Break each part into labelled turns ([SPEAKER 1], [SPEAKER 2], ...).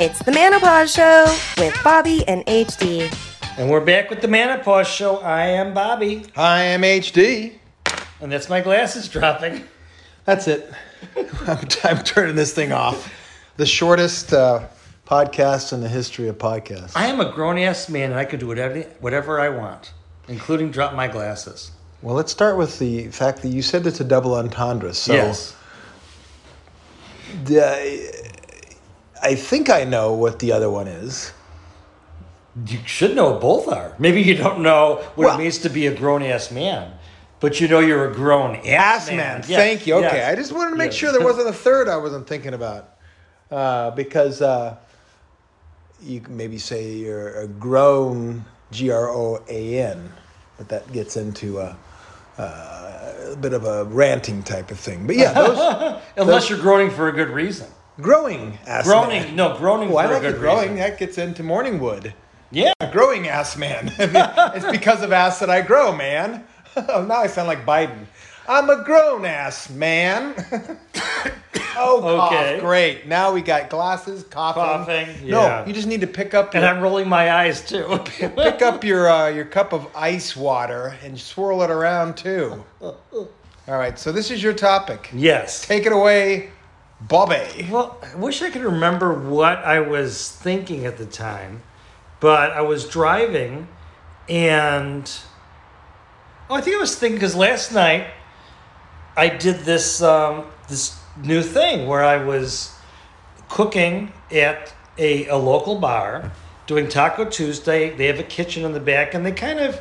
[SPEAKER 1] It's the Manopause Show with Bobby and HD.
[SPEAKER 2] And we're back with the Manopause Show. I am Bobby,
[SPEAKER 3] Hi, I'm HD.
[SPEAKER 2] and that's my glasses dropping.
[SPEAKER 3] That's it. I'm, I'm turning this thing off. The shortest uh, podcast in the history of podcasts.
[SPEAKER 2] I am a grown ass man, and I can do whatever whatever I want, including drop my glasses.
[SPEAKER 3] Well, let's start with the fact that you said it's a double entendre. So
[SPEAKER 2] yes,
[SPEAKER 3] the- uh, I think I know what the other one is.
[SPEAKER 2] you should know what both are. Maybe you don't know what
[SPEAKER 3] Well-
[SPEAKER 2] it means to be a grown ass man, but you know you're a grown ass, Yes,
[SPEAKER 3] Thank you. Okay.
[SPEAKER 2] yes.
[SPEAKER 3] I just wanted to make
[SPEAKER 2] Yes.
[SPEAKER 3] sure there wasn't a third I wasn't thinking about. Uh, because uh, you can maybe say you're a grown, G R O A N, but that gets into a, uh, a bit of a ranting type of thing. But yeah, those
[SPEAKER 2] Unless you're groaning for a good reason.
[SPEAKER 3] growing ass
[SPEAKER 2] Groaning,
[SPEAKER 3] man.
[SPEAKER 2] no, groaning
[SPEAKER 3] Well, Oh, I
[SPEAKER 2] for
[SPEAKER 3] like
[SPEAKER 2] a
[SPEAKER 3] the
[SPEAKER 2] good
[SPEAKER 3] growing.
[SPEAKER 2] reason.
[SPEAKER 3] That gets into Morningwood.
[SPEAKER 2] Yeah,
[SPEAKER 3] Growing ass man. I mean, it's because of ass that I grow, man. oh, now I sound like Biden. I'm a grown ass man. oh,
[SPEAKER 2] Okay.
[SPEAKER 3] cough. Great. Now we got glasses, coughing.
[SPEAKER 2] Coughing, yeah.
[SPEAKER 3] No, you just need to pick up
[SPEAKER 2] and
[SPEAKER 3] your,
[SPEAKER 2] I'm rolling my eyes too.
[SPEAKER 3] pick up your uh, your cup of ice water and swirl it around too. All right. So this is your topic.
[SPEAKER 2] yes.
[SPEAKER 3] Take it away, Bobby.
[SPEAKER 2] Well, I wish I could remember what I was thinking at the time, but I was driving and oh, I think I was thinking because last night I did this um, this new thing where I was cooking at a, a local bar, doing Taco Tuesday. They have a kitchen in the back, and they kind of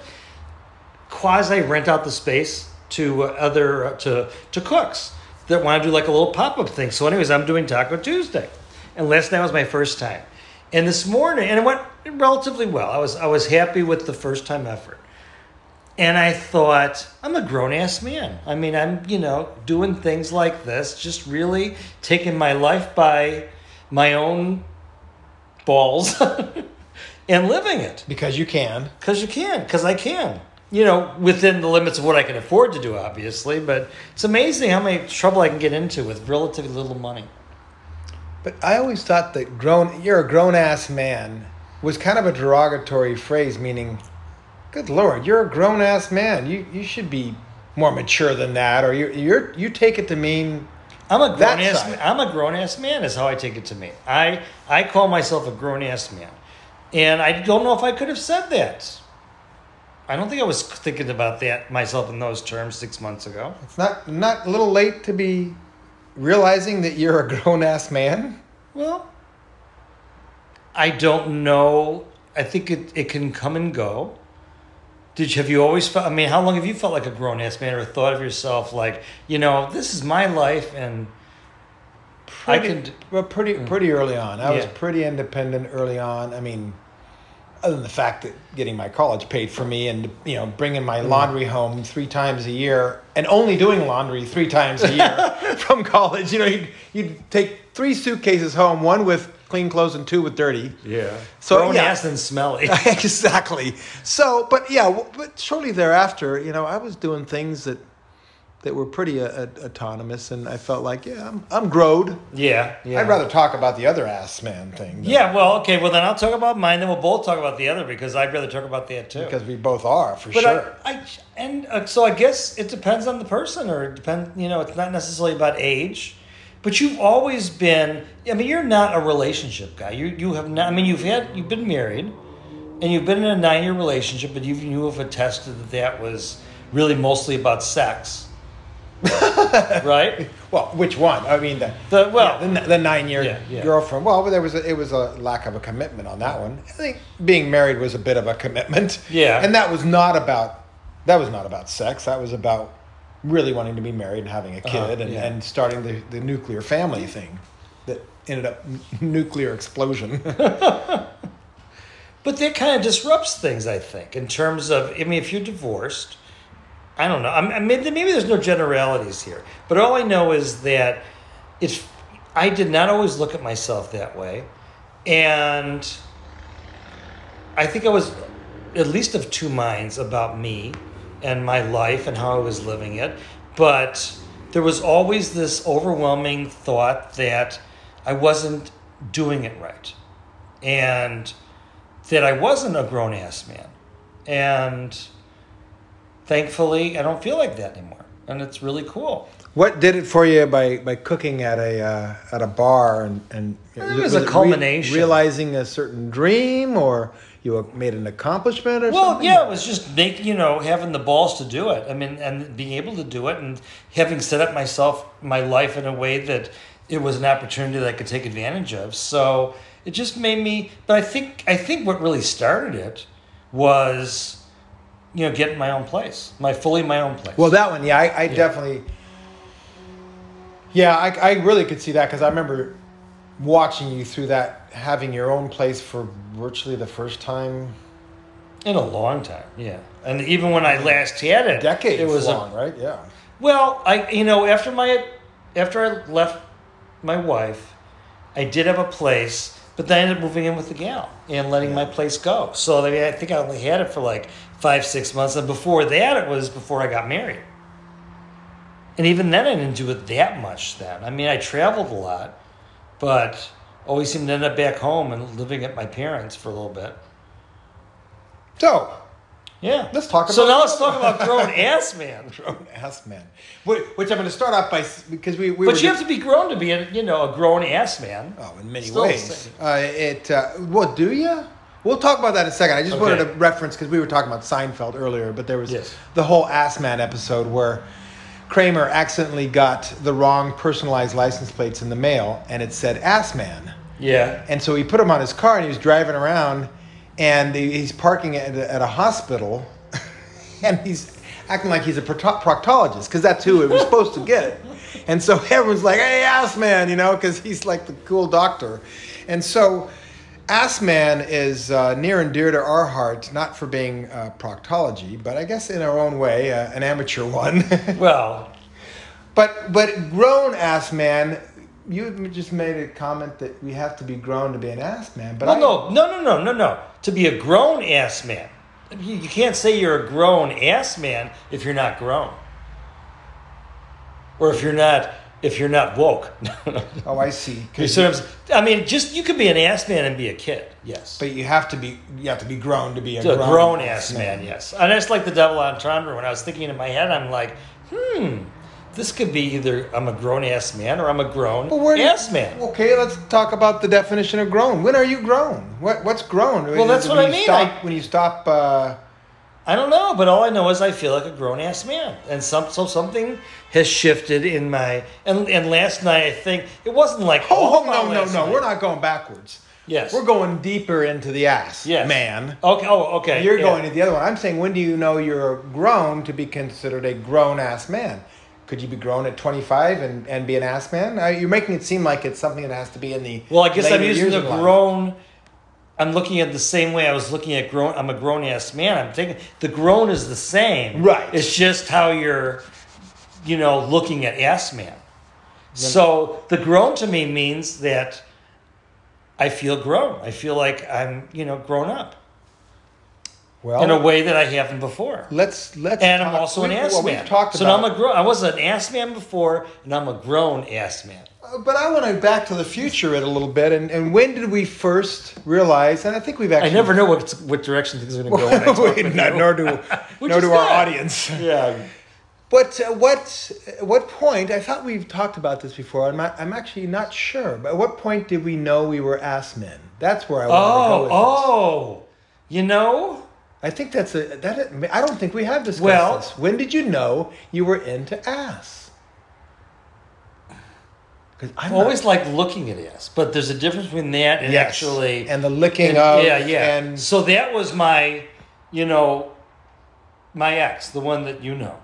[SPEAKER 2] quasi rent out the space to uh, other uh, to to cooks that want to do like a little pop up thing. So, anyways, I'm doing Taco Tuesday, and last night was my first time, and this morning, and it went relatively well. I was I was happy with the first time effort. And I thought, I'm a grown ass man. I mean, I'm, you know, doing things like this, just really taking my life by my own balls and living it.
[SPEAKER 3] Because you can.
[SPEAKER 2] Because you can, because I can. You know, within the limits of what I can afford to do, obviously, but it's amazing how much trouble I can get into with relatively little money.
[SPEAKER 3] But I always thought that grown you're a grown ass man was kind of a derogatory phrase meaning good lord, you're a grown ass man. You you should be more mature than that or you you're you take it to mean
[SPEAKER 2] I'm a
[SPEAKER 3] That
[SPEAKER 2] grown ass.
[SPEAKER 3] side.
[SPEAKER 2] I'm a grown ass man. Is how I take it to me. I I call myself a grown ass man, and I don't know if I could have said that. I don't think I was thinking about that myself in those terms six months ago.
[SPEAKER 3] it's not not a little late to be realizing that you're a grown ass man.
[SPEAKER 2] Well, I don't know. I think it, it can come and go. Did you, have you always felt? I mean, how long have you felt like a grown ass man, or thought of yourself like, you know, this is my life, and I can. d- Mm.
[SPEAKER 3] well, pretty pretty early on. I was
[SPEAKER 2] Yeah.
[SPEAKER 3] pretty independent early on. I mean, other than the fact that getting my college paid for me and you know bringing
[SPEAKER 2] Mm.
[SPEAKER 3] my laundry home three times a year and only doing laundry three times a year from college. You know, you'd, you'd take three suitcases home, one with clean clothes and two with dirty.
[SPEAKER 2] Yeah.
[SPEAKER 3] So,
[SPEAKER 2] grown
[SPEAKER 3] yeah.
[SPEAKER 2] ass and smelly.
[SPEAKER 3] exactly. So, but yeah, w- but shortly thereafter, you know, I was doing things that that were pretty uh, uh, autonomous, and I felt like, yeah, I'm I'm growed.
[SPEAKER 2] yeah. Yeah.
[SPEAKER 3] I'd rather talk about the other ass man thing. than-
[SPEAKER 2] Yeah. Well, okay. Well, then I'll talk about mine. Then we'll both talk about the other because I'd rather talk about that too.
[SPEAKER 3] Because we both are, for
[SPEAKER 2] But
[SPEAKER 3] sure.
[SPEAKER 2] I, I and uh, so I guess it depends on the person, or it depends. You know, it's not necessarily about age, but you've always been. I mean, you're not a relationship guy. You you have not. I mean, you've had you've been married, and you've been in a nine year relationship, but you you have attested that that was really mostly about sex, right?
[SPEAKER 3] well, which one? I mean, the,
[SPEAKER 2] The, well,
[SPEAKER 3] the, the nine year
[SPEAKER 2] Yeah, yeah.
[SPEAKER 3] girlfriend. Well, there was a, it was a lack of a commitment on that one. I think being married was a bit of a commitment.
[SPEAKER 2] Yeah.
[SPEAKER 3] And that was not about that was not about sex. That was about really wanting to be married and having a kid and,
[SPEAKER 2] Uh-huh. yeah.
[SPEAKER 3] and starting the, the nuclear family thing that ended up n- nuclear explosion.
[SPEAKER 2] But that kind of disrupts things, I think, in terms of, I mean, if you're divorced, I don't know. I mean, maybe there's no generalities here, but all I know is that if I did not always look at myself that way, and I think I was at least of two minds about me and my life and how I was living it, but there was always this overwhelming thought that I wasn't doing it right and that I wasn't a grown ass man. And thankfully, I don't feel like that anymore. And it's really cool.
[SPEAKER 3] What did it for you by, by cooking at a uh, at a bar and and
[SPEAKER 2] It was a
[SPEAKER 3] re-
[SPEAKER 2] culmination.
[SPEAKER 3] realizing a certain dream or you made an accomplishment or
[SPEAKER 2] Well,
[SPEAKER 3] something?
[SPEAKER 2] yeah, it was just making, you know, having the balls to do it. I mean, and being able to do it and having set up myself, my life in a way that it was an opportunity that I could take advantage of. So it just made me, but I think, I think what really started it was, you know, getting my own place, my fully my own place.
[SPEAKER 3] Well, that one, yeah, I, I definitely. Yeah, I, I really could see that because I remember watching you through that, having your own place for virtually the first time.
[SPEAKER 2] in a long time. Yeah. And even when I last had it,
[SPEAKER 3] Decades
[SPEAKER 2] it was a-
[SPEAKER 3] long, right? Yeah.
[SPEAKER 2] Well, I you know after my after I left my wife, I did have a place, but then I ended up moving in with the gal and letting my place go. So I, mean, I think I only had it for like five six months, and before that, it was before I got married. And even then, I didn't do it that much. Then I mean, I traveled a lot, but always seemed to end up back home and living at my parents for a little bit.
[SPEAKER 3] So,
[SPEAKER 2] Yeah,
[SPEAKER 3] Let's talk
[SPEAKER 2] so.
[SPEAKER 3] about-
[SPEAKER 2] Now let's talk about grown ass man.
[SPEAKER 3] grown ass man, Wh- which I'm going to start off by s- because we we were
[SPEAKER 2] But you
[SPEAKER 3] just-
[SPEAKER 2] have to be grown to be a you know a grown ass man.
[SPEAKER 3] Oh, in many
[SPEAKER 2] Still the
[SPEAKER 3] ways.
[SPEAKER 2] same.
[SPEAKER 3] Uh, it. Uh, well, do you? We'll talk about that in a second. I just
[SPEAKER 2] Okay.
[SPEAKER 3] wanted to reference because we were talking about Seinfeld earlier, but there was
[SPEAKER 2] Yes.
[SPEAKER 3] the whole Ass Man episode where Kramer accidentally got the wrong personalized license plates in the mail, and it said Ass Man.
[SPEAKER 2] Yeah.
[SPEAKER 3] And so he put him on his car and he was driving around and he- he's parking at a, at a hospital and he's acting like he's a procto- proctologist because that's who it was supposed to get. And so everyone's like, hey, ass man, you know, because he's like the cool doctor. And so ass man is uh, near and dear to our heart, not for being uh, proctology, but I guess in our own way, uh, an amateur one.
[SPEAKER 2] Well,
[SPEAKER 3] But but grown ass man, you just made a comment that we have to be grown to be an ass man. But
[SPEAKER 2] well, no,
[SPEAKER 3] I,
[SPEAKER 2] no, no, no, no, no. To be a grown ass man, you, you can't say you're a grown ass man if you're not grown, or if you're not if you're not woke.
[SPEAKER 3] Oh, I see.
[SPEAKER 2] you see what I'm saying? I mean, just you could be an ass man and be a kid. Yes.
[SPEAKER 3] But you have to be you have to be grown to be a,
[SPEAKER 2] a
[SPEAKER 3] grown,
[SPEAKER 2] grown ass man, yes. And it's like the double entendre. When I was thinking in my head, I'm like, hmm, this could be either I'm a grown ass man or I'm a grown
[SPEAKER 3] But where do you-
[SPEAKER 2] ass man.
[SPEAKER 3] Okay, let's talk about the definition of grown. When are you grown? What what's grown? Well,
[SPEAKER 2] that's what I mean.
[SPEAKER 3] Stop,
[SPEAKER 2] I-
[SPEAKER 3] when you stop. Uh,
[SPEAKER 2] I don't know, but all I know is I feel like a grown ass man, and some so something has shifted in my and and last night I think it wasn't like all of
[SPEAKER 3] oh, oh
[SPEAKER 2] my
[SPEAKER 3] no no
[SPEAKER 2] last
[SPEAKER 3] no!
[SPEAKER 2] night.
[SPEAKER 3] We're not going backwards.
[SPEAKER 2] Yes.
[SPEAKER 3] we're going deeper into the ass
[SPEAKER 2] Yes.
[SPEAKER 3] man.
[SPEAKER 2] Okay. Oh, okay.
[SPEAKER 3] You're
[SPEAKER 2] yeah.
[SPEAKER 3] going to the other one. I'm saying, when do you know you're grown to be considered a grown ass man? Could you be grown at 25 and, and be an ass man? Uh, you're making it seem like it's something that has to be in the.
[SPEAKER 2] Well, I guess I'm
[SPEAKER 3] later
[SPEAKER 2] using
[SPEAKER 3] years
[SPEAKER 2] the
[SPEAKER 3] of life.
[SPEAKER 2] grown. I'm looking at it the same way I was looking at grown. I'm a grown ass man. I'm thinking the grown is the same.
[SPEAKER 3] Right.
[SPEAKER 2] It's just how you're, you know, looking at ass man. So the grown to me means that I feel grown. I feel like I'm, you know, grown up
[SPEAKER 3] Well,
[SPEAKER 2] in a way that I haven't before.
[SPEAKER 3] Oh. let's let's.
[SPEAKER 2] And I'm
[SPEAKER 3] talk-
[SPEAKER 2] also an
[SPEAKER 3] we-
[SPEAKER 2] ass
[SPEAKER 3] well,
[SPEAKER 2] man.
[SPEAKER 3] We've talked
[SPEAKER 2] so now
[SPEAKER 3] about.
[SPEAKER 2] I'm a grown. I was an ass man before, and I'm a grown ass man.
[SPEAKER 3] Uh, But I want to back to the future it a little bit, and, and when did we first realize? And I think we've
[SPEAKER 2] I
[SPEAKER 3] actually.
[SPEAKER 2] never know what what direction things are going to go. when I talk
[SPEAKER 3] Wait,
[SPEAKER 2] with
[SPEAKER 3] no,
[SPEAKER 2] you.
[SPEAKER 3] nor do
[SPEAKER 2] Which
[SPEAKER 3] nor
[SPEAKER 2] is
[SPEAKER 3] do our
[SPEAKER 2] good.
[SPEAKER 3] audience.
[SPEAKER 2] Yeah.
[SPEAKER 3] But uh, what at what point? I thought we've talked about this before. I'm not, I'm actually not sure. But at what point did we know we were ass men? That's where I want to go
[SPEAKER 2] Oh,
[SPEAKER 3] with this.
[SPEAKER 2] oh, you know,
[SPEAKER 3] I think that's a that. I don't think we have discussed
[SPEAKER 2] Well-
[SPEAKER 3] this. When did you know you were into ass? Because I'm
[SPEAKER 2] I
[SPEAKER 3] not-
[SPEAKER 2] always like looking at ass, but there's a difference between that and
[SPEAKER 3] Yes.
[SPEAKER 2] actually,
[SPEAKER 3] and the licking of
[SPEAKER 2] yeah, yeah.
[SPEAKER 3] and
[SPEAKER 2] so that was my, you know, my ex, the one that you know.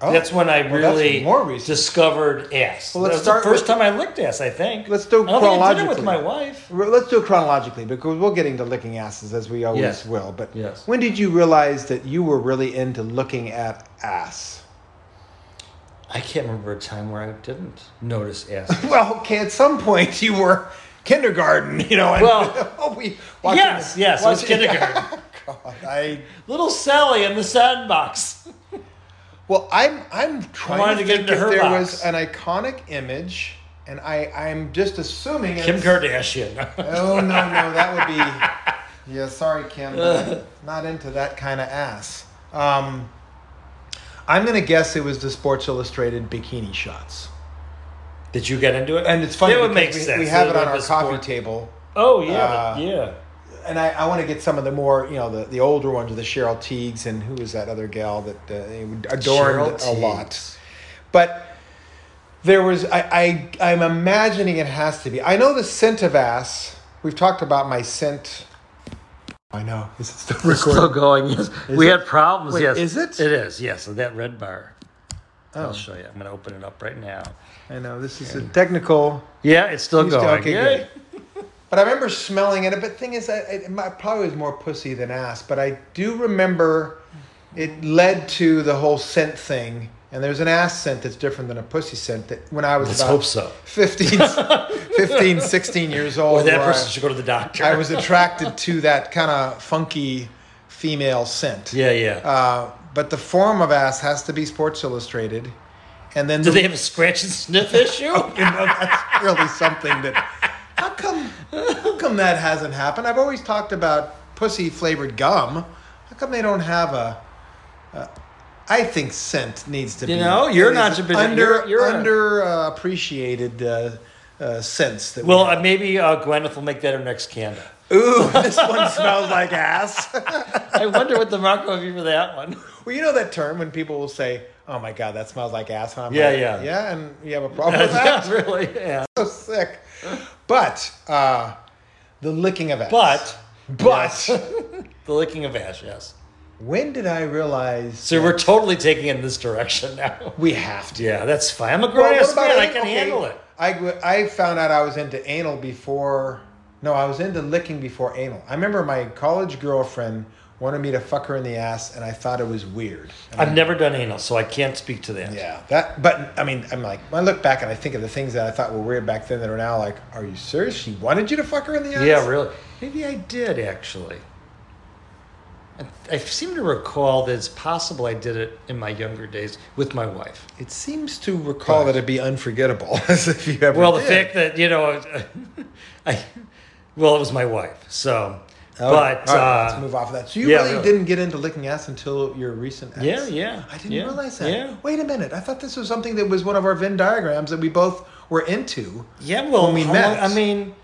[SPEAKER 3] oh.
[SPEAKER 2] that's when I
[SPEAKER 3] well, that's
[SPEAKER 2] really
[SPEAKER 3] more recent.
[SPEAKER 2] discovered ass.
[SPEAKER 3] Well, let's
[SPEAKER 2] that was
[SPEAKER 3] start
[SPEAKER 2] the first
[SPEAKER 3] with-
[SPEAKER 2] time I licked ass. I think.
[SPEAKER 3] Let's do
[SPEAKER 2] I don't think I did it with
[SPEAKER 3] chronologically.
[SPEAKER 2] my wife.
[SPEAKER 3] Re- Let's do it chronologically because we'll get into licking asses as we always
[SPEAKER 2] Yes.
[SPEAKER 3] will. But
[SPEAKER 2] Yes.
[SPEAKER 3] when did you realize that you were really into looking at ass?
[SPEAKER 2] I can't remember a time where I didn't notice ass.
[SPEAKER 3] Well, okay, at some point you were kindergarten, you know. And
[SPEAKER 2] Well,
[SPEAKER 3] oh, we
[SPEAKER 2] yes, yes, it was kindergarten.
[SPEAKER 3] God, I
[SPEAKER 2] Little Sally in the sandbox.
[SPEAKER 3] well, I'm I'm trying
[SPEAKER 2] wanted
[SPEAKER 3] to,
[SPEAKER 2] to get
[SPEAKER 3] think
[SPEAKER 2] into
[SPEAKER 3] if
[SPEAKER 2] her
[SPEAKER 3] there
[SPEAKER 2] box.
[SPEAKER 3] was an iconic image And I, I'm just assuming
[SPEAKER 2] Kim
[SPEAKER 3] it's-
[SPEAKER 2] Kardashian.
[SPEAKER 3] Oh no, no, that would be. Yeah, sorry, Kim. but Not into that kind of ass. Um, I'm gonna guess it was the Sports Illustrated bikini shots.
[SPEAKER 2] Did you get into it?
[SPEAKER 3] And it's funny
[SPEAKER 2] That would
[SPEAKER 3] because
[SPEAKER 2] make
[SPEAKER 3] we,
[SPEAKER 2] sense.
[SPEAKER 3] we have it
[SPEAKER 2] Like
[SPEAKER 3] on
[SPEAKER 2] a
[SPEAKER 3] our
[SPEAKER 2] sport-
[SPEAKER 3] coffee table.
[SPEAKER 2] Oh yeah,
[SPEAKER 3] Uh,
[SPEAKER 2] yeah.
[SPEAKER 3] And I, I want to get some of the more, you know, the, the older ones with the Cheryl Teagues and who was that other gal that uh, they would adorn
[SPEAKER 2] Cheryl
[SPEAKER 3] a
[SPEAKER 2] Teagues.
[SPEAKER 3] lot. But there was, I, I, I'm imagining it has to be. I know the scent of ass. We've talked about my scent. I know. Is it still recording?
[SPEAKER 2] Still going. Yes, we had problems.
[SPEAKER 3] Wait,
[SPEAKER 2] yes,
[SPEAKER 3] is it? Oh.
[SPEAKER 2] It is. Yes, so that red bar. I'll show you. I'm going to open it up right now.
[SPEAKER 3] I know. This is a technical.
[SPEAKER 2] Yeah, it's still
[SPEAKER 3] He's-
[SPEAKER 2] going.
[SPEAKER 3] okay,
[SPEAKER 2] Yay.
[SPEAKER 3] good. But I remember smelling it. But thing is, I, it, it probably was more pussy than ass. But I do remember it led to the whole scent thing. And there's an ass scent that's different than a pussy scent. That when I was
[SPEAKER 2] Let's
[SPEAKER 3] about
[SPEAKER 2] hope so.
[SPEAKER 3] 15, 15, 16 years old,
[SPEAKER 2] Or Oh, that
[SPEAKER 3] where
[SPEAKER 2] person
[SPEAKER 3] I,
[SPEAKER 2] should go to the doctor.
[SPEAKER 3] I was attracted to that kind of funky female scent.
[SPEAKER 2] Yeah, yeah.
[SPEAKER 3] Uh, but the form of ass has to be Sports Illustrated. And then
[SPEAKER 2] Do
[SPEAKER 3] the
[SPEAKER 2] they have a scratch and sniff issue?
[SPEAKER 3] you know, that's really something that. How come? How come that hasn't happened? I've always talked about pussy flavored gum. How come they don't have a? a I think scent needs to be.
[SPEAKER 2] You know, you're
[SPEAKER 3] it
[SPEAKER 2] not
[SPEAKER 3] is
[SPEAKER 2] a bit-
[SPEAKER 3] under
[SPEAKER 2] you're- you're a-
[SPEAKER 3] under uh, appreciated uh, uh, sense that. we
[SPEAKER 2] well,
[SPEAKER 3] have.
[SPEAKER 2] uh, maybe uh, Gwyneth will make that her next candle.
[SPEAKER 3] ooh, this one smells like ass.
[SPEAKER 2] I wonder what the mark will be for that one.
[SPEAKER 3] well, you know that term when people will say, "Oh my god, that smells like ass." And I'm
[SPEAKER 2] Yeah,
[SPEAKER 3] like,
[SPEAKER 2] yeah.
[SPEAKER 3] yeah, and you have a problem with that.
[SPEAKER 2] That's really, yeah.
[SPEAKER 3] so sick. But uh, the licking of ass.
[SPEAKER 2] But
[SPEAKER 3] but
[SPEAKER 2] the licking of ash, yes.
[SPEAKER 3] when did I realize
[SPEAKER 2] So we're totally taking it in this direction now.
[SPEAKER 3] we have to?
[SPEAKER 2] Yeah, that's fine. I'm a grown ass man. I
[SPEAKER 3] anal?
[SPEAKER 2] can
[SPEAKER 3] Okay,
[SPEAKER 2] handle it.
[SPEAKER 3] I gr- I found out I was into anal before. No, I was into licking before anal. I remember my college girlfriend wanted me to fuck her in the ass, and I thought it was weird.
[SPEAKER 2] I've never done anal, so I can't speak to that.
[SPEAKER 3] Yeah, that. But I mean, I'm like, when I look back and I think of the things that I thought were weird back then that are now like, are you serious? She wanted you to fuck her in the ass?
[SPEAKER 2] Yeah, really. Maybe I did actually. I, I seem to recall that it's possible I did it in my younger days with my wife.
[SPEAKER 3] It seems to recall that it'd be unforgettable, as if you ever.
[SPEAKER 2] Well, the
[SPEAKER 3] did.
[SPEAKER 2] fact that you know, I, well, it was my wife. So,
[SPEAKER 3] Oh,
[SPEAKER 2] but
[SPEAKER 3] all right, let's
[SPEAKER 2] uh,
[SPEAKER 3] move off of that. So you
[SPEAKER 2] yeah,
[SPEAKER 3] really,
[SPEAKER 2] really.
[SPEAKER 3] didn't get into licking ass until your recent. Ex.
[SPEAKER 2] Yeah, yeah,
[SPEAKER 3] I didn't
[SPEAKER 2] yeah,
[SPEAKER 3] realize that.
[SPEAKER 2] yeah.
[SPEAKER 3] Wait a minute. I thought this was something that was one of our Venn diagrams that we both were into.
[SPEAKER 2] yeah, well,
[SPEAKER 3] when we
[SPEAKER 2] how long-
[SPEAKER 3] met.
[SPEAKER 2] I mean,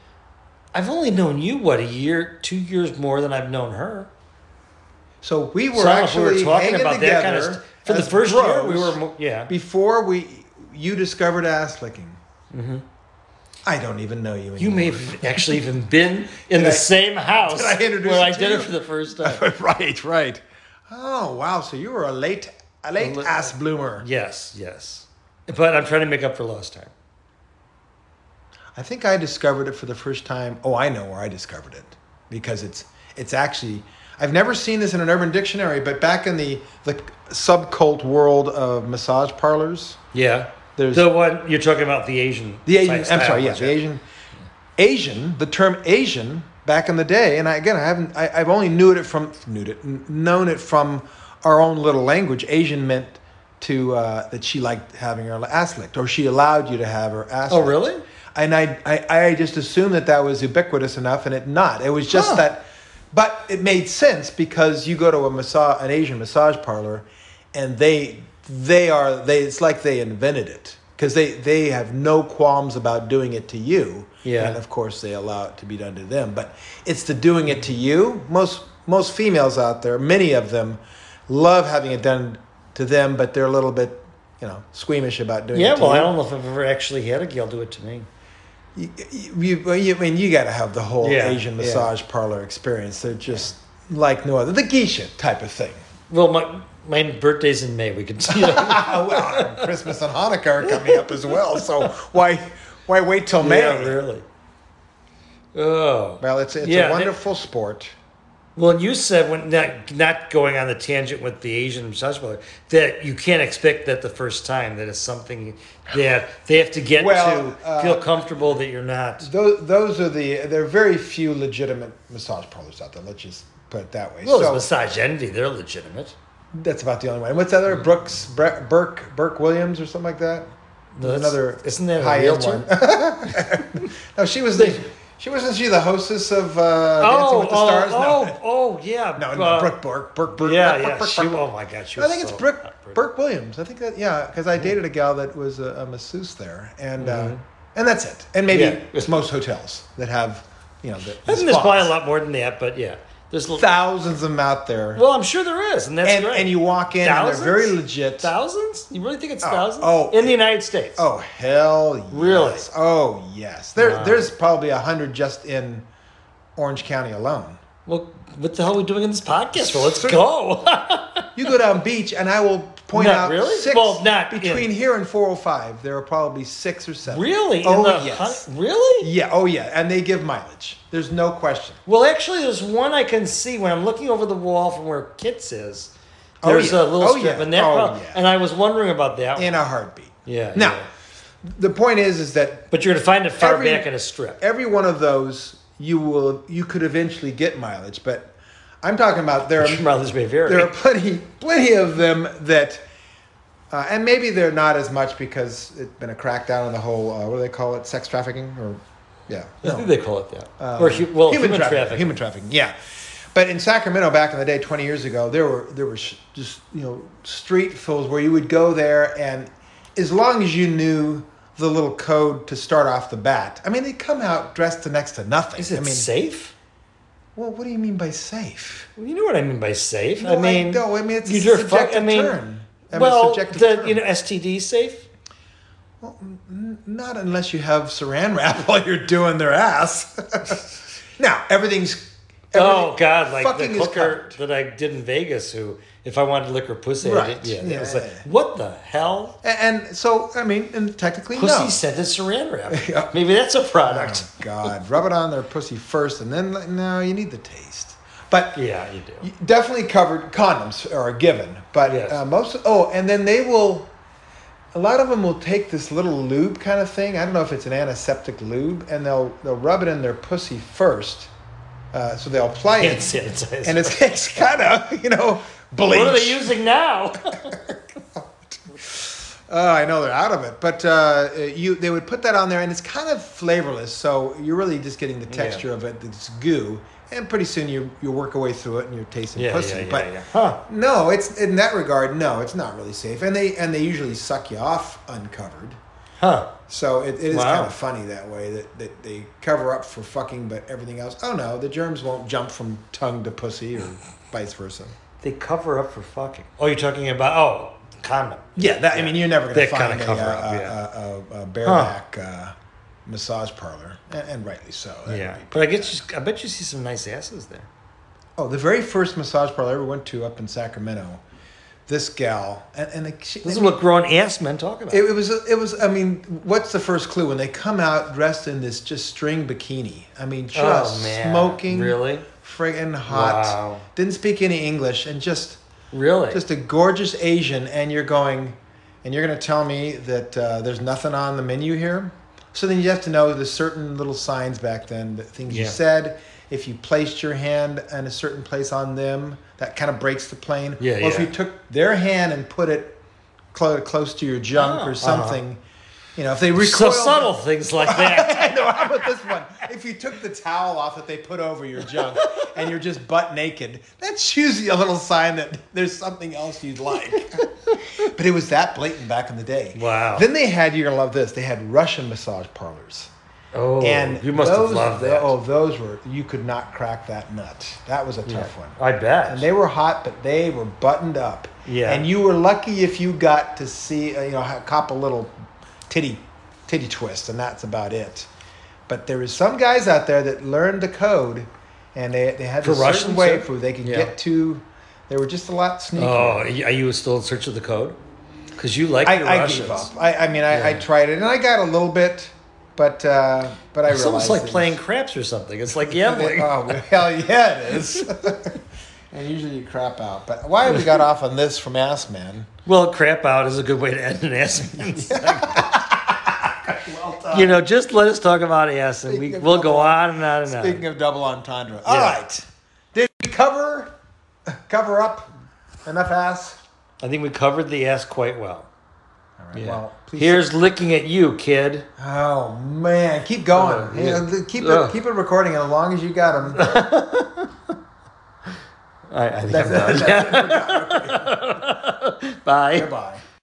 [SPEAKER 2] I've only known you what a year, two years more than I've known her.
[SPEAKER 3] So we were
[SPEAKER 2] So I don't know if
[SPEAKER 3] actually
[SPEAKER 2] we were talking
[SPEAKER 3] hanging
[SPEAKER 2] about
[SPEAKER 3] together
[SPEAKER 2] that kind of st- for the
[SPEAKER 3] as
[SPEAKER 2] first year. We
[SPEAKER 3] bros
[SPEAKER 2] were, mo- yeah.
[SPEAKER 3] before we you discovered ass licking. Mm-hmm. I don't even know you. Anymore.
[SPEAKER 2] You may have actually even been in the
[SPEAKER 3] I-
[SPEAKER 2] same house
[SPEAKER 3] did I introduce
[SPEAKER 2] where
[SPEAKER 3] it
[SPEAKER 2] I
[SPEAKER 3] to
[SPEAKER 2] did
[SPEAKER 3] you?
[SPEAKER 2] it for the first time.
[SPEAKER 3] right, right. Oh wow! So you were a late, a late
[SPEAKER 2] li-
[SPEAKER 3] ass bloomer.
[SPEAKER 2] Yes, yes. But I'm trying to make up for lost time.
[SPEAKER 3] I think I discovered it for the first time. Oh, I know where I discovered it because it's it's actually I've never seen this in an urban dictionary, but back in the the subcult world of massage parlors,
[SPEAKER 2] Yeah.
[SPEAKER 3] There's-
[SPEAKER 2] the one you're talking about, the Asian.
[SPEAKER 3] the
[SPEAKER 2] type
[SPEAKER 3] Asian. I'm
[SPEAKER 2] style,
[SPEAKER 3] sorry, yeah,
[SPEAKER 2] which
[SPEAKER 3] the
[SPEAKER 2] I-
[SPEAKER 3] Asian. Asian. The term Asian back in the day, and I, again, I haven't. I, I've only knew it from knew it n- known it from our own little language. Asian meant to uh, that she liked having her ass licked, or she allowed you to have her ass.
[SPEAKER 2] Oh,
[SPEAKER 3] licked.
[SPEAKER 2] really?
[SPEAKER 3] and I, I I just assumed that that was ubiquitous enough, and it not. It was just
[SPEAKER 2] Huh.
[SPEAKER 3] that, but it made sense because you go to a massage, an Asian massage parlor, and they they are they. It's like they invented it because they they have no qualms about doing it to you.
[SPEAKER 2] Yeah.
[SPEAKER 3] and of course they allow it to be done to them, but it's the doing it to you. Most most females out there, many of them, love having it done to them, but they're a little bit. You know, squeamish about doing
[SPEAKER 2] Yeah,
[SPEAKER 3] it. to
[SPEAKER 2] well, I
[SPEAKER 3] you.
[SPEAKER 2] don't know if I've ever actually had a gal do it to me.
[SPEAKER 3] You, you, well, you- I mean, you got to have the whole
[SPEAKER 2] Yeah,
[SPEAKER 3] Asian
[SPEAKER 2] yeah.
[SPEAKER 3] massage parlor experience. They're just like no other, the geisha type of thing.
[SPEAKER 2] Well, my my birthday's in May. We could see that.
[SPEAKER 3] Ah, well, Christmas and Hanukkah are coming up as well, so why why wait till May?
[SPEAKER 2] yeah, really. Oh.
[SPEAKER 3] Well, it's it's
[SPEAKER 2] Yeah,
[SPEAKER 3] a
[SPEAKER 2] they-
[SPEAKER 3] wonderful sport.
[SPEAKER 2] Well, and you said when not, not going on the tangent with the Asian massage parlor that you can't expect that the first time. That it's something that they have to get
[SPEAKER 3] Well,
[SPEAKER 2] to
[SPEAKER 3] uh,
[SPEAKER 2] feel comfortable that you're not.
[SPEAKER 3] Those those are the there are very few legitimate massage parlors out there. Let's just put it that way.
[SPEAKER 2] Well,
[SPEAKER 3] So-
[SPEAKER 2] it's Massage Envy. They're legitimate.
[SPEAKER 3] That's about the only one. And what's the other? Brooks, Bre- Burke, Burke Williams or something like that? There's
[SPEAKER 2] that's-
[SPEAKER 3] another
[SPEAKER 2] isn't that a
[SPEAKER 3] high-end
[SPEAKER 2] realtor?
[SPEAKER 3] one. no, she was the she wasn't she the hostess of uh, Dancing
[SPEAKER 2] Oh,
[SPEAKER 3] with the
[SPEAKER 2] oh,
[SPEAKER 3] Stars?
[SPEAKER 2] oh, oh, yeah.
[SPEAKER 3] no, no,
[SPEAKER 2] uh,
[SPEAKER 3] no Brooke Burke, Burke, Burke,
[SPEAKER 2] Yeah,
[SPEAKER 3] Burke,
[SPEAKER 2] yeah.
[SPEAKER 3] Burke,
[SPEAKER 2] she,
[SPEAKER 3] Burke, Burke.
[SPEAKER 2] oh my God, she
[SPEAKER 3] I
[SPEAKER 2] was
[SPEAKER 3] think it's
[SPEAKER 2] so
[SPEAKER 3] Brooke,
[SPEAKER 2] hot, Brooke.
[SPEAKER 3] Burke Williams. I think that yeah, because I dated a gal that was a, a masseuse there, and uh, and that's it. And maybe
[SPEAKER 2] Mm-hmm. Yeah.
[SPEAKER 3] it's most hotels that have you know. The, the
[SPEAKER 2] I think there's
[SPEAKER 3] spas.
[SPEAKER 2] probably a lot more than that, but yeah, there's l-
[SPEAKER 3] Thousands of them out there,
[SPEAKER 2] well, I'm sure there is, and that's
[SPEAKER 3] and
[SPEAKER 2] great.
[SPEAKER 3] and you walk in,
[SPEAKER 2] Thousands?
[SPEAKER 3] and they're very legit.
[SPEAKER 2] thousands? You really think it's thousands?
[SPEAKER 3] oh.
[SPEAKER 2] in the United States.
[SPEAKER 3] Oh hell! Yes.
[SPEAKER 2] Really?
[SPEAKER 3] Oh yes. There,
[SPEAKER 2] Wow.
[SPEAKER 3] there's probably a hundred just in Orange County alone.
[SPEAKER 2] well, what the hell are we doing in this podcast for? Let's go.
[SPEAKER 3] You go down beach, and I will point
[SPEAKER 2] Not
[SPEAKER 3] out
[SPEAKER 2] really?
[SPEAKER 3] six
[SPEAKER 2] Well, not in-
[SPEAKER 3] between here and 405. There are probably six or seven.
[SPEAKER 2] really? In
[SPEAKER 3] Oh
[SPEAKER 2] the
[SPEAKER 3] yes.
[SPEAKER 2] hun- really?
[SPEAKER 3] yeah. Oh yeah. And they give mileage. There's no question.
[SPEAKER 2] Well, actually, there's one I can see when I'm looking over the wall from where Kits is. There's
[SPEAKER 3] yeah.
[SPEAKER 2] a little
[SPEAKER 3] Oh,
[SPEAKER 2] strip,
[SPEAKER 3] yeah.
[SPEAKER 2] and that,
[SPEAKER 3] Oh,
[SPEAKER 2] prob-
[SPEAKER 3] yeah.
[SPEAKER 2] and I was wondering about that. one.
[SPEAKER 3] In a heartbeat.
[SPEAKER 2] Yeah,
[SPEAKER 3] Now,
[SPEAKER 2] yeah.
[SPEAKER 3] the point is, is that
[SPEAKER 2] But you're gonna find it far
[SPEAKER 3] Every-
[SPEAKER 2] back in a strip.
[SPEAKER 3] every one of those you will you could eventually get mileage, but I'm talking about there.
[SPEAKER 2] Your
[SPEAKER 3] Are,
[SPEAKER 2] mileage may vary.
[SPEAKER 3] there are plenty plenty of them that uh, and maybe they're not as much because it's been a crackdown on the whole uh, what do they call it sex trafficking or yeah
[SPEAKER 2] I think they call it that. or hu- well, human, trafficking.
[SPEAKER 3] Uh, human trafficking yeah but in sacramento back in the day 20 years ago there were there were sh- just you know street fills where you would go there and as long as you knew the little code to start off the bat i mean they come out dressed to next to nothing
[SPEAKER 2] Is it
[SPEAKER 3] i mean
[SPEAKER 2] safe?
[SPEAKER 3] well what do you mean by safe
[SPEAKER 2] Well, you know what I mean by safe.
[SPEAKER 3] No,
[SPEAKER 2] I mean,
[SPEAKER 3] no, I mean it's
[SPEAKER 2] you
[SPEAKER 3] a
[SPEAKER 2] just fuck-
[SPEAKER 3] subjective term. I mean,
[SPEAKER 2] well,
[SPEAKER 3] subjective
[SPEAKER 2] the,
[SPEAKER 3] term.
[SPEAKER 2] you know, STD safe.
[SPEAKER 3] Not unless you have saran wrap while you're doing their ass. now everything's
[SPEAKER 2] oh
[SPEAKER 3] everything-
[SPEAKER 2] God, like the
[SPEAKER 3] fucking is
[SPEAKER 2] hooker
[SPEAKER 3] covered.
[SPEAKER 2] that I did in Vegas. Who, if I wanted to lick her pussy, I
[SPEAKER 3] Right.
[SPEAKER 2] did, yeah, It was
[SPEAKER 3] Yeah.
[SPEAKER 2] like, what the hell?
[SPEAKER 3] A- and so I mean, and technically
[SPEAKER 2] Pussy
[SPEAKER 3] no.
[SPEAKER 2] scented saran wrap.
[SPEAKER 3] Yeah.
[SPEAKER 2] Maybe that's a product.
[SPEAKER 3] Oh God, rub it on their pussy first, and then like, no, you need the taste. But
[SPEAKER 2] Yeah, you do.
[SPEAKER 3] you- definitely covered condoms are a given. But
[SPEAKER 2] Yes.
[SPEAKER 3] uh, most oh, and then they will. A lot of them will take this little lube kind of thing. I don't know if it's an antiseptic lube, and they'll they'll rub it in their pussy first. Uh, so they'll apply
[SPEAKER 2] Hand
[SPEAKER 3] it.
[SPEAKER 2] sanitizer.
[SPEAKER 3] and it's, it's kind of you know bleach.
[SPEAKER 2] what are they using now?
[SPEAKER 3] Uh, I know they're out of it, but uh, you they would put that on there, and it's kind of flavorless. So you're really just getting the texture of it, this goo, and pretty soon you you work away through it and you're tasting
[SPEAKER 2] yeah,
[SPEAKER 3] pussy.
[SPEAKER 2] yeah, yeah,
[SPEAKER 3] but
[SPEAKER 2] yeah. Huh.
[SPEAKER 3] no, it's in that regard, no, it's not really safe, and they and they usually suck you off uncovered.
[SPEAKER 2] Huh.
[SPEAKER 3] So it, it is
[SPEAKER 2] Wow.
[SPEAKER 3] kind of funny that way that, that they cover up for fucking, but everything else. Oh no, the germs won't jump from tongue to pussy or vice versa.
[SPEAKER 2] They cover up for fucking. Oh, you're talking about oh condom.
[SPEAKER 3] Yeah, that, I mean, you're never going to
[SPEAKER 2] That
[SPEAKER 3] find
[SPEAKER 2] kinda
[SPEAKER 3] a,
[SPEAKER 2] cover
[SPEAKER 3] uh,
[SPEAKER 2] up,
[SPEAKER 3] a-
[SPEAKER 2] yeah.
[SPEAKER 3] a, a, a bareback uh, massage parlor, and, and rightly so. That would
[SPEAKER 2] Yeah,
[SPEAKER 3] be-
[SPEAKER 2] but I guess you, I bet you see some nice asses there.
[SPEAKER 3] Oh, the very first massage parlor I ever went to up in Sacramento, this gal, and, and the, she,
[SPEAKER 2] This is what grown ass men talk about.
[SPEAKER 3] it, it was, it was. I mean, what's the first clue when they come out dressed in this just string bikini? I mean, just
[SPEAKER 2] Oh, man.
[SPEAKER 3] smoking,
[SPEAKER 2] Really?
[SPEAKER 3] friggin' hot.
[SPEAKER 2] Wow.
[SPEAKER 3] Didn't speak any English, and just.
[SPEAKER 2] really?
[SPEAKER 3] just a gorgeous Asian, and you're going, and you're going to tell me that uh, there's nothing on the menu here. So then you have to know the certain little signs back then, the things you
[SPEAKER 2] Yeah.
[SPEAKER 3] said. If you placed your hand in a certain place on them, that kind of breaks the plane.
[SPEAKER 2] Yeah,
[SPEAKER 3] or if
[SPEAKER 2] yeah.
[SPEAKER 3] you took their hand and put it clo- close to your junk
[SPEAKER 2] Oh,
[SPEAKER 3] or
[SPEAKER 2] uh-huh.
[SPEAKER 3] something, you know, if they
[SPEAKER 2] so
[SPEAKER 3] recoiled.
[SPEAKER 2] subtle things like that.
[SPEAKER 3] I know. How about this one? If you took the towel off that they put over your junk and you're just butt naked, that's usually a little sign that there's something else you'd like. but it was that blatant back in the day.
[SPEAKER 2] Wow.
[SPEAKER 3] Then they had, you're going to love this, they had Russian massage parlors.
[SPEAKER 2] oh,
[SPEAKER 3] and
[SPEAKER 2] you must
[SPEAKER 3] those,
[SPEAKER 2] have loved that.
[SPEAKER 3] Oh, those were, you could not crack that nut. That was a tough one.
[SPEAKER 2] I bet.
[SPEAKER 3] And they were hot, but they were buttoned up.
[SPEAKER 2] Yeah.
[SPEAKER 3] And you were lucky if you got to see, uh, you know, ha- cop a little titty, titty twist, and that's about it. But there is some guys out there that learned the code, and they, they had
[SPEAKER 2] For
[SPEAKER 3] a certain
[SPEAKER 2] Russians,
[SPEAKER 3] way
[SPEAKER 2] sir?
[SPEAKER 3] for they could
[SPEAKER 2] Yeah.
[SPEAKER 3] get to. They were just a lot sneakier.
[SPEAKER 2] oh, y- are you still in search of the code? Because you like the
[SPEAKER 3] I, I
[SPEAKER 2] Russians.
[SPEAKER 3] gave up. I, I mean, I, I
[SPEAKER 2] Yeah.
[SPEAKER 3] tried it, and I got a little bit, but uh, but I
[SPEAKER 2] It's
[SPEAKER 3] realized
[SPEAKER 2] almost like
[SPEAKER 3] it was-
[SPEAKER 2] playing craps or something. It's like
[SPEAKER 3] It-
[SPEAKER 2] gambling.
[SPEAKER 3] oh well, hell yeah, it is. and usually you crap out. But why we got off on this from Ass Man?
[SPEAKER 2] well, crap out is a good way to end an ass. You know, just let us talk about ass, and we,
[SPEAKER 3] Speaking of
[SPEAKER 2] we'll go
[SPEAKER 3] double-
[SPEAKER 2] on and on and on.
[SPEAKER 3] Speaking of double entendre. all right.
[SPEAKER 2] Yeah.
[SPEAKER 3] Did we cover cover up enough ass?
[SPEAKER 2] I think we covered the ass quite well.
[SPEAKER 3] All right.
[SPEAKER 2] Yeah.
[SPEAKER 3] Well, please.
[SPEAKER 2] Here's licking at you, kid.
[SPEAKER 3] Oh man, keep going.
[SPEAKER 2] Uh,
[SPEAKER 3] Hey,
[SPEAKER 2] yeah.
[SPEAKER 3] uh, keep it.
[SPEAKER 2] Ugh.
[SPEAKER 3] Keep it recording as long as you got them.
[SPEAKER 2] I, I think
[SPEAKER 3] That's
[SPEAKER 2] I'm done. Bye.
[SPEAKER 3] Goodbye.